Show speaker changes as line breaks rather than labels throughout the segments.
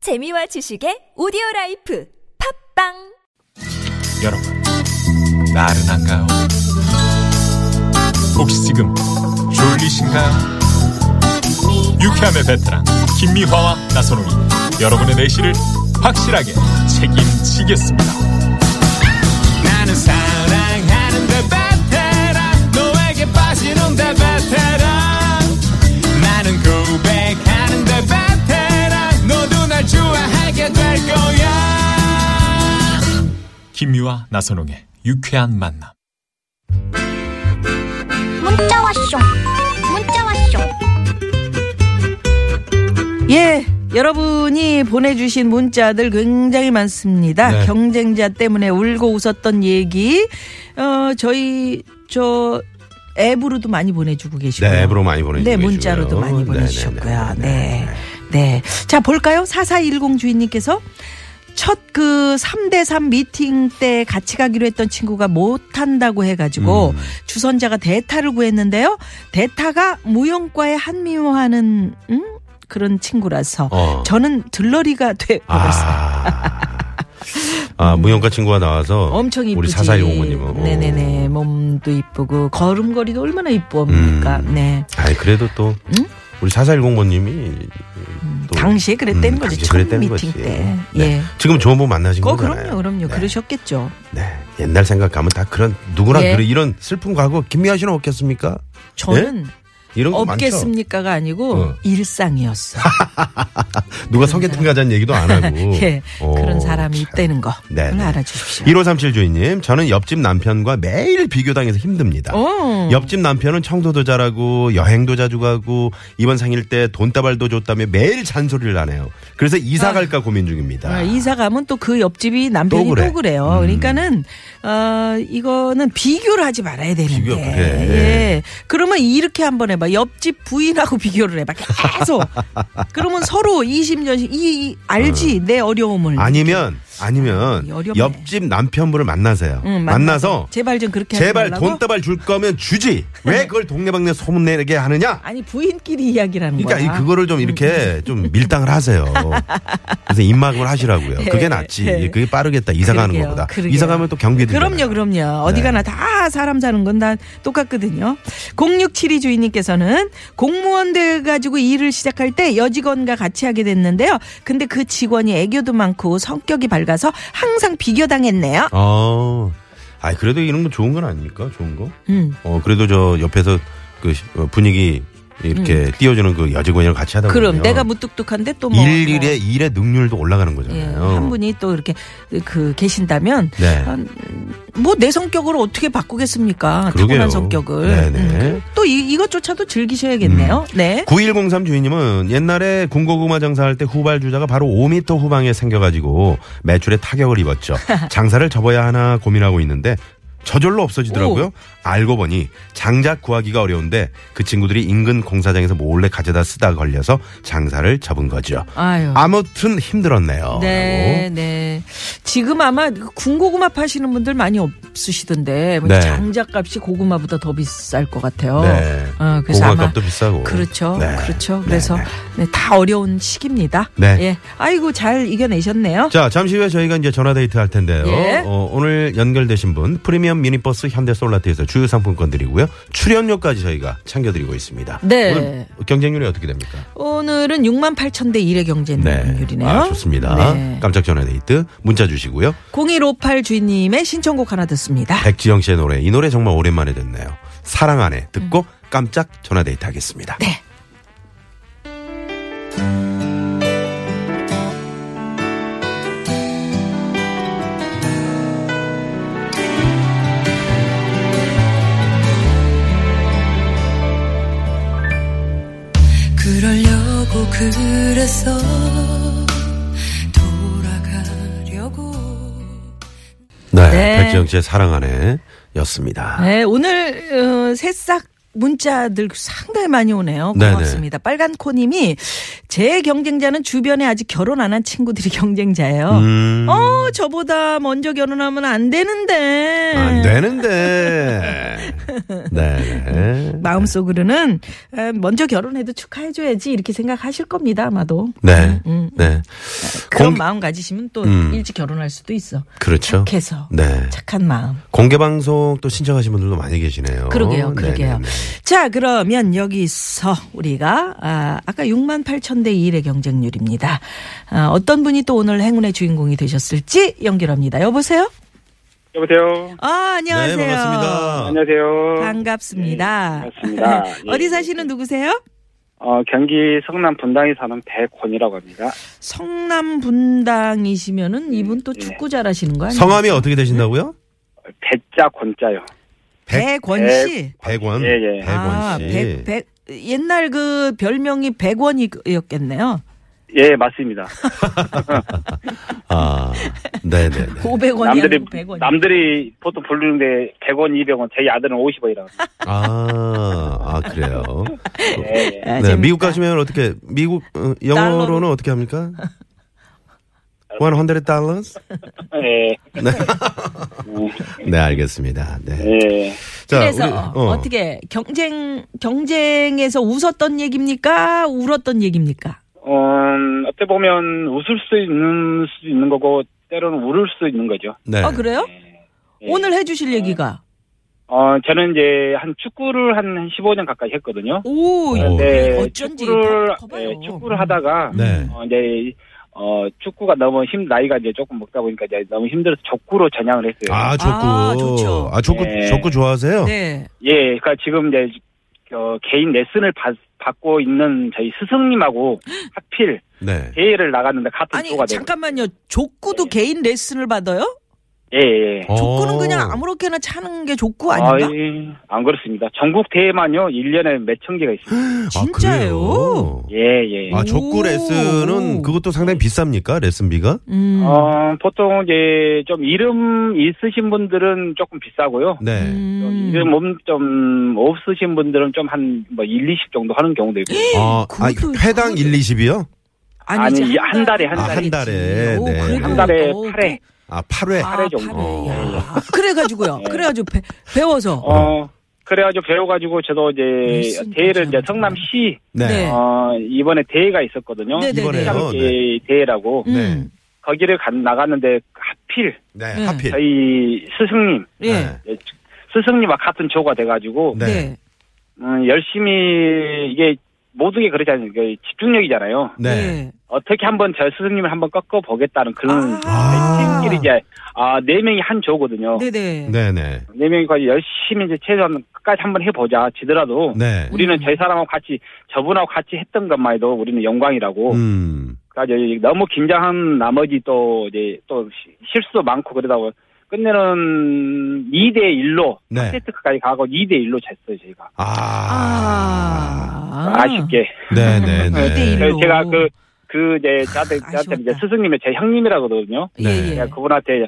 재미와 지식의 오디오 라이프 팝빵
여러분, 나른한가요? 혹시 지금 졸리신가요? 유쾌함의 베테랑 김미화와 나선홍이 여러분의 내실을 확실하게 책임지겠습니다.
나는 사랑하는데 베테랑 너에게 빠지는데 베테랑 나는 고백하는데 베테랑 너도 날 좋아하게 될 거야
김미화 나선홍의 유쾌한 만남.
문자 왔쇼 문자 왔쇼
예, 여러분이 보내주신 문자들 굉장히 많습니다.
네.
경쟁자 때문에 울고 웃었던 얘기, 어, 저희, 저, 앱으로도 많이 보내주고 계시고요.
네, 앱으로 많이 보내주고
네,
계시고요.
문자로도 많이
네네네.
보내주셨고요.
네,
네.
네,
네. 자, 볼까요? 4410 주인님께서 첫 그 3대3 미팅 때 같이 가기로 했던 친구가 못한다고 해가지고
음.
주선자가 대타를 구했는데요. 대타가 무용과에 한미호하는, 음? 그런 친구라서
어.
저는 들러리가 돼버렸어요.
아. 아, 무용가 친구가 나와서
엄청 이쁘지.
우리 사사일 공모님은
네네네. 몸도 이쁘고 걸음걸이도 얼마나 이쁩니까?
음.
네.
아니 그래도 또 우리 사사일 공모님이 또
당시에 그랬다는
음,
거지.
당시에
첫
그랬다는
미팅
거지.
때.
네.
예.
지금 좋은 분 만나신
어,
거잖아요.
그럼요, 그럼요.
네.
그러셨겠죠.
네. 옛날 생각하면 다 그런 누구나
예.
그런 이런 슬픈 과거 김미아 씨는 없겠습니까?
저는
네? 이런 거 많죠.
없겠습니까가 아니고
어.
일상이었어.
누가 소개팅 가자는 얘기도 안 하고. 어,
예.
오,
그런 사람이 있다는 거.
네,
그걸
네.
알아주십시오.
1537 주인님, 저는 옆집 남편과 매일 비교당해서 힘듭니다.
어.
옆집 남편은 청도도 잘하고 여행도 자주 가고 이번 생일 때 돈다발도 줬다며 매일 잔소리를 하네요. 그래서 이사 갈까 고민 중입니다.
아, 이사 가면 또 그 옆집이 남편이 또,
또 그래. 음.
그래. 요 그러니까는 어 이거는 비교를 하지 말아야 되는데.
비교, 그래.
예. 그러면 이렇게 한번 해봐. 옆집 부인하고 비교를 해봐. 계속. 그러면 서로 20년씩 이, 이- 알지 내 어려움을.
아니면 아니면
어렵네.
옆집 남편분을 만나세요.
응,
만나서
제발 좀 그렇게 하지
제발
말라고?
돈다발 줄 거면 주지. 왜 그걸 동네방네 소문내게 하느냐?
아니 부인끼리 이야기라는
그러니까
거야.
이 그거를 좀 이렇게 좀 밀당을 하세요. 그래서 입막을 하시라고요.
예,
그게 낫지.
예.
그게 빠르겠다. 이사 가는
그러게요,
것보다.
그러게요.
이사 가면 또 경비들.
그럼요, 그럼요. 어디
네.
가나 다 사람 사는 건 다 똑같거든요. 0672 주인님께서는 공무원 돼가지고 일을 시작할 때 여직원과 같이 하게 됐는데요. 근데 그 직원이 애교도 많고 성격이 밝아서 항상 비교당했네요.
어. 아, 그래도 이런 거 좋은 건 아닙니까? 좋은 거?
음.
어, 그래도 저 옆에서 그 시- 어, 분위기 이렇게 띄워주는 그 여직원이랑 같이 하다 보면
음. 그럼 내가 무뚝뚝한데 또 뭐.
일일의 일의 능률도 올라가는
뭐, 예,
거잖아요.
한 분이 아, 또 이렇게 그 계신다면
네.
뭐 내 성격을 어떻게 바꾸겠습니까?
그러게요.
타고난 성격을 음.
네네. 음.
또 이, 이것조차도 즐기셔야겠네요. 네.
9103 주인님은 옛날에 군고구마 장사할 때 후발 주자가 바로 5m 후방에 생겨가지고 매출에 타격을 입었죠. 장사를 접어야 하나 고민하고 있는데 저절로 없어지더라고요. 알고 보니 장작 구하기가 어려운데 그 친구들이 인근 공사장에서 몰래 가져다 쓰다 걸려서 장사를 접은 거죠.
아유.
아무튼 힘들었네요.
네, 네. 지금 아마 군고구마 파시는 분들 많이 없으시던데 뭐
네.
장작값이 고구마보다 더 비쌀 것 같아요.
라고. 네.
어, 그래서
고구마
아마
값도 비싸고.
그렇죠,
네.
그렇죠.
네,
그래서
네.
네, 다 어려운 시기입니다.
네.
예, 아이고 잘 이겨내셨네요.
자, 잠시 후에 저희가 이제 전화 데이트 할 텐데요.
예.
어, 오늘 연결되신 분 프리미엄 미니버스 현대 솔라트에서 주요 상품권 드리고요. 출연료까지 저희가 챙겨 드리고 있습니다.
네.
오늘 경쟁률이 어떻게 됩니까?
오늘은 6만 8천 대 1의 음, 경쟁률이네요.
아, 좋습니다.
네.
깜짝 전화 데이트 문자 주시고요.
0158 주인님의 신청곡 하나 듣습니다.
백지영 씨의 노래 이 노래 정말 오랜만에 듣네요. 사랑 안에 듣고 깜짝 전화 데이트 하겠습니다.
음. 네.
그러려고 그래서 돌아가려고
네,
네.
백지영 씨의 사랑 안에였습니다.
네, 오늘 네, 어, 새싹 문자들 상당히 많이 오네요.
네네.
고맙습니다. 빨간 코님이 제 경쟁자는 주변에 아직 결혼 안 한 친구들이 경쟁자예요.
음.
어 저보다 먼저 결혼하면 안 되는데.
안 되는데. 네.
마음속으로는 에, 먼저 결혼해도 축하해줘야지 이렇게 생각하실 겁니다 아마도
네.
음.
네.
그런
공-
마음 가지시면 또
음.
일찍 결혼할 수도 있어
그렇죠.
착해서
네.
착한 마음
공개 방송 또 신청하신 분들도 많이 계시네요.
그러게요 그러게요
어, 네네네.
자 그러면 여기서 우리가 아, 아까 6만 8천 대 1의 경쟁률입니다 아, 어떤 분이 또 오늘 행운의 주인공이 되셨을지 연결합니다 여보세요
여보세요.
아 안녕하세요
네, 반갑습니다.
안녕하세요.
반갑습니다
반갑습니다. 예.
어디 사시는 누구세요
어, 경기 성남 분당에 사는 백권이라고 합니다.
성남 분당이시면은 이분 또
예.
축구 잘하시는 거 아니에요?
성함이 어떻게 되신다고요?
백자 권자요.
백원
백-
씨.
백원.
예, 예.
아,
백원 씨.
백, 백 옛날 그 별명이 백원이었겠네요.
예, 맞습니다.
아. 네네네.
500원이
남들이
아니고 100원.
남들이 보통 부르는데 100원, 200원, 제 아들은 50원이라고.
아, 아, 그래요.
예, 예.
아,
네,
재밌다.
미국 가시면 어떻게, 미국, 어, 영어로는
달러로.
어떻게 합니까? 100 달러스?
예.
네. 네, 알겠습니다. 네.
예.
자,
그래서
우리, 어.
어. 떻게 경쟁 경쟁에서 웃었던 얘기입니까? 울었던 얘기입니까?
음, 어떻게 보면 웃을 수 있는 수 있는 거고 때로는 울을 수 있는 거죠.
네.
아, 그래요?
예.
오늘 해 주실 얘기가.
어, 저는 이제 한 축구를 한, 한 15년 가까이 했거든요.
오,
네,
이거
네,
어쩐지
축구를
더- 더 봐요.
예, 축구를 하다가
네.
어, 이제 어 축구가 너무 힘 나이가 이제 조금 먹다 보니까 이제 너무 힘들어서 족구로 전향을 했어요.
아, 족구.
아, 좋죠.
아, 족구,
네.
족구 좋아하세요?
네.
예, 그러니까 지금 이제 어, 개인 레슨을 받, 받고 있는 저희 스승님하고 하필
네.
대회를 나갔는데 같은
아니,
조가 되고. 네.
잠깐만요. 족구도 개인 레슨을 받아요?
예, 예.
어.
족구는 그냥 아무렇게나 차는 게 족구
아,
어, 아닌가?
예. 안 그렇습니다. 전국 대회만요, 1년에 몇 천 개가 있습니다.
아,
진짜예요?
그래요?
예, 예.
아, 족구
오.
레슨은 그것도 상당히 비쌉니까? 레슨비가?
음.
어, 보통 이제 좀 이름 있으신 분들은 조금 비싸고요.
네.
좀
음.
이름 없- 좀 없으신 분들은 좀 한 뭐 1, 20 정도 하는 경우도 있고.
아, 아,
예, 그것도-
회당 1, 20이요?
아니, 한 달에, 한
달에. 아, 한 달에.
오,
네.
그래도-
한 달에
오,
8회.
아, 8회.
아,
팔회 정도.
팔회. 야.
예,
그래가지고요.
예.
그래가지고 배, 배워서.
어, 그래가지고 배워가지고 저도 이제
레슨
대회를 이제
괜찮은데.
성남시,
네.
네.
어, 이번에 대회가 있었거든요.
네네네.
이번에요. 네.
시장기 대회라고.
음.
네.
거기를 간, 나갔는데 하필
네,
네.
하필.
저희 스승님,
예.
예, 스승님과 같은 조가 돼가지고,
네.
네.
음, 열심히 이게 모든 게 그렇지 않아요. 이게 집중력이잖아요.
네.
예.
어떻게 한번 저 스승님을 한번 꺾어 보겠다는 그런
아.
팀끼리 이제 아, 네 명이 한 조거든요.
네네.
네, 네.
네 명이까지 열심히 이제 최소한 끝까지 한번 해보자. 지더라도
네.
음.
우리는 저희 사람하고 같이 저분하고 같이 했던 것만 해도 우리는 영광이라고.
음.
그러니까 이제 너무 긴장한 나머지 또 이제 또 시- 실수도 많고 그러다 보니 끝내는 2대 1로
네.
세트까지 가고 2대 1로 졌어요 저희가.
아.
아.
아. 쉽게
네, 네,
그때
네.
일로.
제가 그, 그, 이제, 저한테,
아,
저한테 이제
아쉬웠다.
스승님이 제 형님이라거든요.
예,
네.
예.
제가 그분한테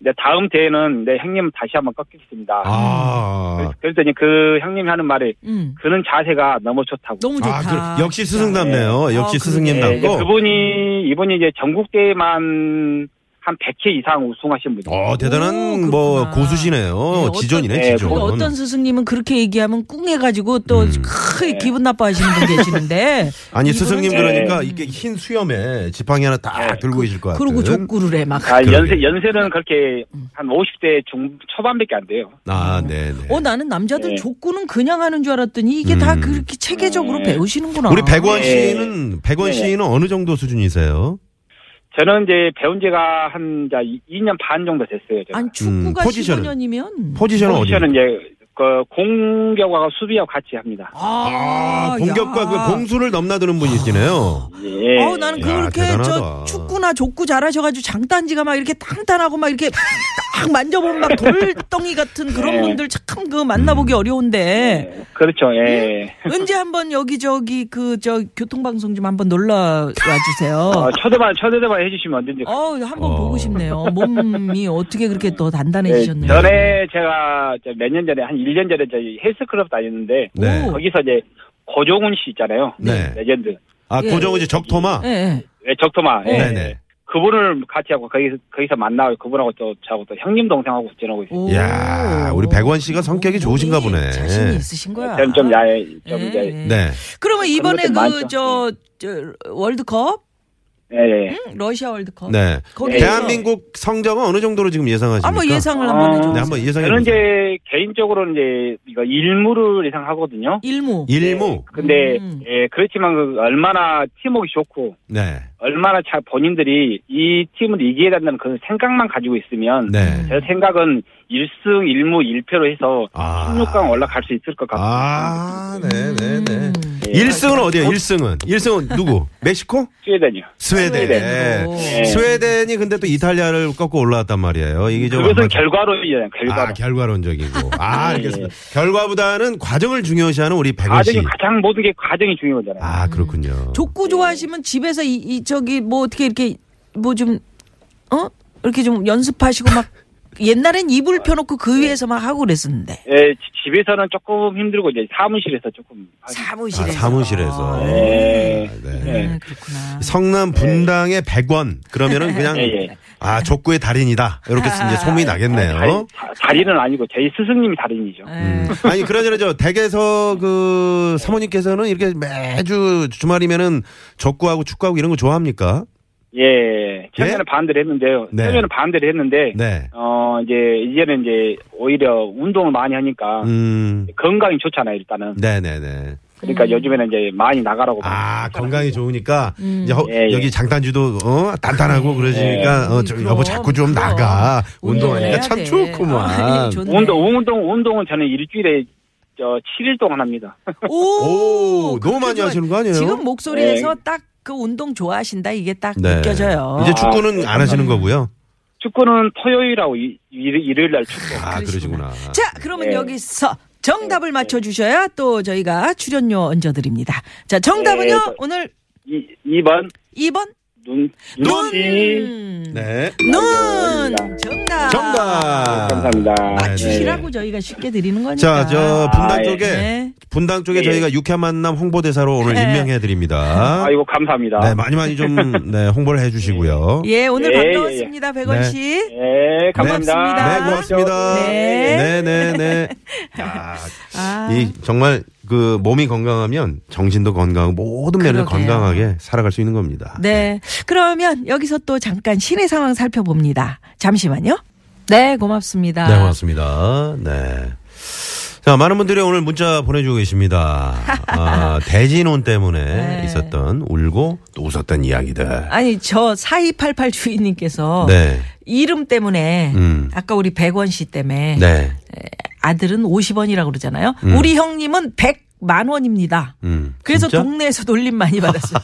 이제 다음 대회는 내 형님 다시 한번 꺾이겠습니다.
아.
그랬더니 그 형님이 하는 말이
음.
그는 자세가 너무 좋다고.
너무 좋다.
아, 그, 역시 스승답네요.
네.
역시
어,
네, 이제
스승님답고.
그분이 이번이 이제 전국대회만 한 100회 이상 우승하신 분이
어,
오,
대단한
그렇구나.
뭐
네,
고수시네요.
어떤-
지존이네,
네,
지존.
근데 뭐 어떤 스승님은 그렇게 얘기하면 꿍해가지고 또
음.
크게
네.
기분 나빠하시는 분 계시는데
아니
이분은
스승님
이제-
그러니까 이게 흰 수염에 지팡이 하나 딱
네.
들고 계실 것 같은.
그러고 족구를 해 막.
아,
그러게요.
연세, 연세는 그렇게 한 50대 중, 초반밖에 안 돼요.
아, 네, 네.
어 나는 남자들
네.
족구는 그냥 하는 줄 알았더니 이게 다
음.
그렇게 체계적으로
네.
배우시는구나.
우리 백원
네.
씨는 백원
네.
씨는 어느 정도 수준이세요?
저는 이제 배운 지가 한 자, 2년 반 정도 됐어요. 제가.
아니 축구가
음, 포지션은?
15년이면
포지션은 어디?
포지션은 이제 그 공격과 공수비하고 같이 합니다.
아, 공격과
야.
그 공수를 넘나드는 분이시네요.
예.
어우 나는
야,
그렇게
대단하다.
저 축구나 족구 잘하셔가지고 장단지가 막 이렇게 탄탄하고 막 이렇게 막 만져보면 막 돌덩이 같은 그런
네.
분들 참 그
음.
만나보기 어려운데
그렇죠. 예.
언제 한번 여기저기 그 저 교통방송 좀 한번 놀러
어,
와주세요.
초대만 초대만 해주시면 언제든지.
어, 한번
어.
보고 싶네요. 몸이 어떻게 그렇게 또
예,
단단해지셨나요?
전에 제가 몇 년 전에 한 1년 전에 저희 헬스클럽 다녔는데
네.
오.
거기서 이제 고종훈 씨 있잖아요.
네.
레전드.
아,
예.
고정우 씨 적토마?
예, 예.
예, 적토마. 예.
네네.
그분을 같이 하고 거기서 거기서 만나고 그분하고 또 저하고 또 형님 동생하고 지내고 있어요.
예. 오. 예,
이야, 우리 백원 씨가 성격이 좋으신가 보네.
자신이 있으신 거야.
저는 좀 야해 좀
예,
이제
예.
네.
그러면 이번에
그런 것들
그 저 월드컵
예, 예.
응? 러시아 월드컵
네.
거기에서
대한민국 성적은 어느 정도로 지금 예상하십니까?
한번 예상을
아,
한번 해줘.
네, 한번 예상해
저는
보세요.
이제 개인적으로는 이제 이거 일무를 이상 하거든요.
일무.
일무.
근데
음.
예, 그렇지만 그 얼마나 팀워크 좋고
네.
얼마나 잘 본인들이 이 팀을 이겨야 된다는 그런 생각만 가지고 있으면
네.
제 생각은 1승 1무 1패로 해서
아.
16강 올라갈 수 있을 것 같아요.
아, 네, 네, 네.
음.
일승은 어디야? 일승은일승은 누구? 멕시코?
스웨덴이요.
아. 스웨덴. 예.
스웨덴. 오.
네.
스웨덴이 근데 또 이탈리아를 꺾고 올라왔단 말이에요. 이게 좀
그것은
아마-
결과론이잖아요.
아,
결과론.
결과론적이고. 아,
네.
알겠습니다. 결과보다는 과정을 중요시하는 우리 백원
과정이
씨.
가장 음. 모든 게 과정이 중요한 거잖아요.
아, 그렇군요.
족구 좋아하시면 집에서 이, 이 저기 뭐 어떻게 이렇게 뭐 좀 어? 이렇게 좀 연습하시고 막 옛날엔 이불 펴놓고 그 위에서 막 하고 그랬었는데
예, 지- 집에서는 조금 힘들고 이제 사무실에서 조금
사무실에서.
아, 사무실에서.
아,
네.
네.
네.
아, 그렇구나.
성남 분당의 백원 그러면은 그냥
예, 예.
아 족구의 달인이다 이렇게 이제 소문이 나겠네요.
다- 달인은 아니고 저희 스승님이 달인이죠.
네.
음. 아니 그러저러 저 댁에서 그 사모님께서는 이렇게 매주 주말이면은 족구하고 축구하고 이런 거 좋아합니까?
예, 처음에는
예?
반대를 했는데요.
네.
처음에는 반대를 했는데
네.
어 이제 이제는 이제 오히려 운동을 많이 하니까
음.
건강이 좋잖아요 일단은.
네네네.
그러니까 요즘에는 이제 많이 나가라고.
아 건강이 좋으니까 이제 허-
예, 예.
여기 장단지도 어 단단하고 그러시니까 어, 저,
그럼,
여보 자꾸 좀
그럼.
나가 운동하니까
운동해야
참
돼.
좋구만.
아, 좋네.
운동 운동 운동은 저는 일주일에 저 7일 동안 합니다.
오,
오, 너무 많이
그렇게
하시는 거 아니에요?
지금 뭐 목소리에서 딱 그 운동 좋아하신다 이게 딱
네.
느껴져요.
이제 축구는 안 하시는 거고요.
축구는 토요일하고 일, 일요일 날 축구.
아 그러시구나.
자, 그러면
네.
여기서 정답을
예.
맞춰 주셔야 또 저희가 출연료 얹어 드립니다. 자, 정답은요.
네, 저-
오늘
이 2번
2번
눈
눈.
눈치.
네.
음. 눈. 정답.
정답.
아, 감사합니다.
아, 맞추시라고
네.
저희가 쉽게 드리는 거니까.
자, 저 분당
아, 예.
쪽에
네.
분당 쪽에
예.
저희가 육회 만남 홍보대사로 오늘
네.
임명해 드립니다.
아이고 감사합니다.
네, 많이 많이 좀 네, 홍보를 해 주시고요.
예, 오늘
예,
반가웠습니다. 백원
네.
씨.
예,
고맙습니다.
감사합니다.
네, 고맙습니다.
네.
네, 네, 네. 야,
아.
이 정말 그 몸이 건강하면 정신도 건강하고 모든
그러게요.
면에서 건강하게 살아갈 수 있는 겁니다.
네. 그러면 여기서 또 잠깐 시내 상황 살펴봅니다. 잠시만요. 네, 고맙습니다.
네, 고맙습니다. 네. 자, 많은 분들이 오늘 문자 보내주고 계십니다. 아, 대진혼 때문에
네.
있었던 울고 또 웃었던 이야기들.
아니, 저 4288 주인님께서
네.
이름 때문에
음.
아까 우리 백원 씨 때문에
네.
아들은 50원이라고 그러잖아요. 우리 형님은 100만 원입니다.
음,
그래서
진짜?
동네에서 놀림 많이 받았어요.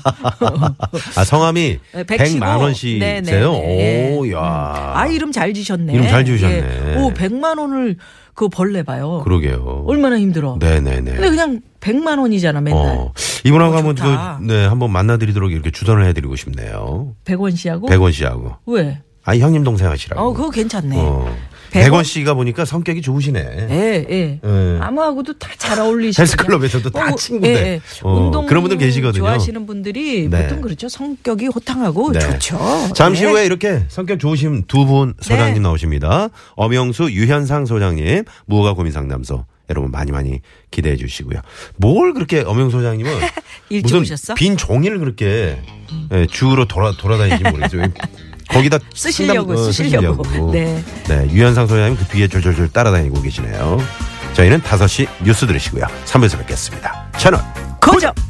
아 성함이
네, 백시고.
100만
네, 네,
원씩이세요?
네.
오, 야.
아, 이름 잘 지셨네.
이름 잘 지으셨네.
예. 오, 100만 원을 그 벌레 봐요.
그러게요.
얼마나 힘들어.
네네네.
근데 그냥 100만 원이잖아, 맨날.
어, 이분하고
어,
한번
좋다.
그, 네, 한번 만나드리도록 이렇게 주선을 해드리고 싶네요.
100원 씨하고.
백원 씨하고.
왜?
아, 형님 동생 하시라고.
뭐? 어, 그거 괜찮네.
어.
백원?
백원 씨가 보니까 성격이 좋으시네.
예, 예.
예.
아무하고도 다 잘 어울리시고. 예,
헬스클럽에서도 다 친구인데. 어,
운동
그런 분들 계시거든요.
좋아하시는 분들이
네.
보통 그렇죠. 성격이 호탕하고
네.
좋죠.
잠시
네.
후에 이렇게 성격 좋으신 두 분 소장님 나오십니다. 엄영수 유현상 소장님 무허가 고민 상담소 여러분 많이 많이 기대해 주시고요. 뭘 그렇게 엄영수 소장님은
일찍
무슨
오셨어?
빈 종이를 그렇게 예, 주로 돌아 돌아다니는지 모르겠어요. 거기다 어,
쓰시려고, 쓰시려고. 네.
네. 유현상 소장님 그 뒤에 졸졸졸 따라다니고 계시네요. 저희는 5시 뉴스 들으시고요. 3부에서 뵙겠습니다. 채널
고정!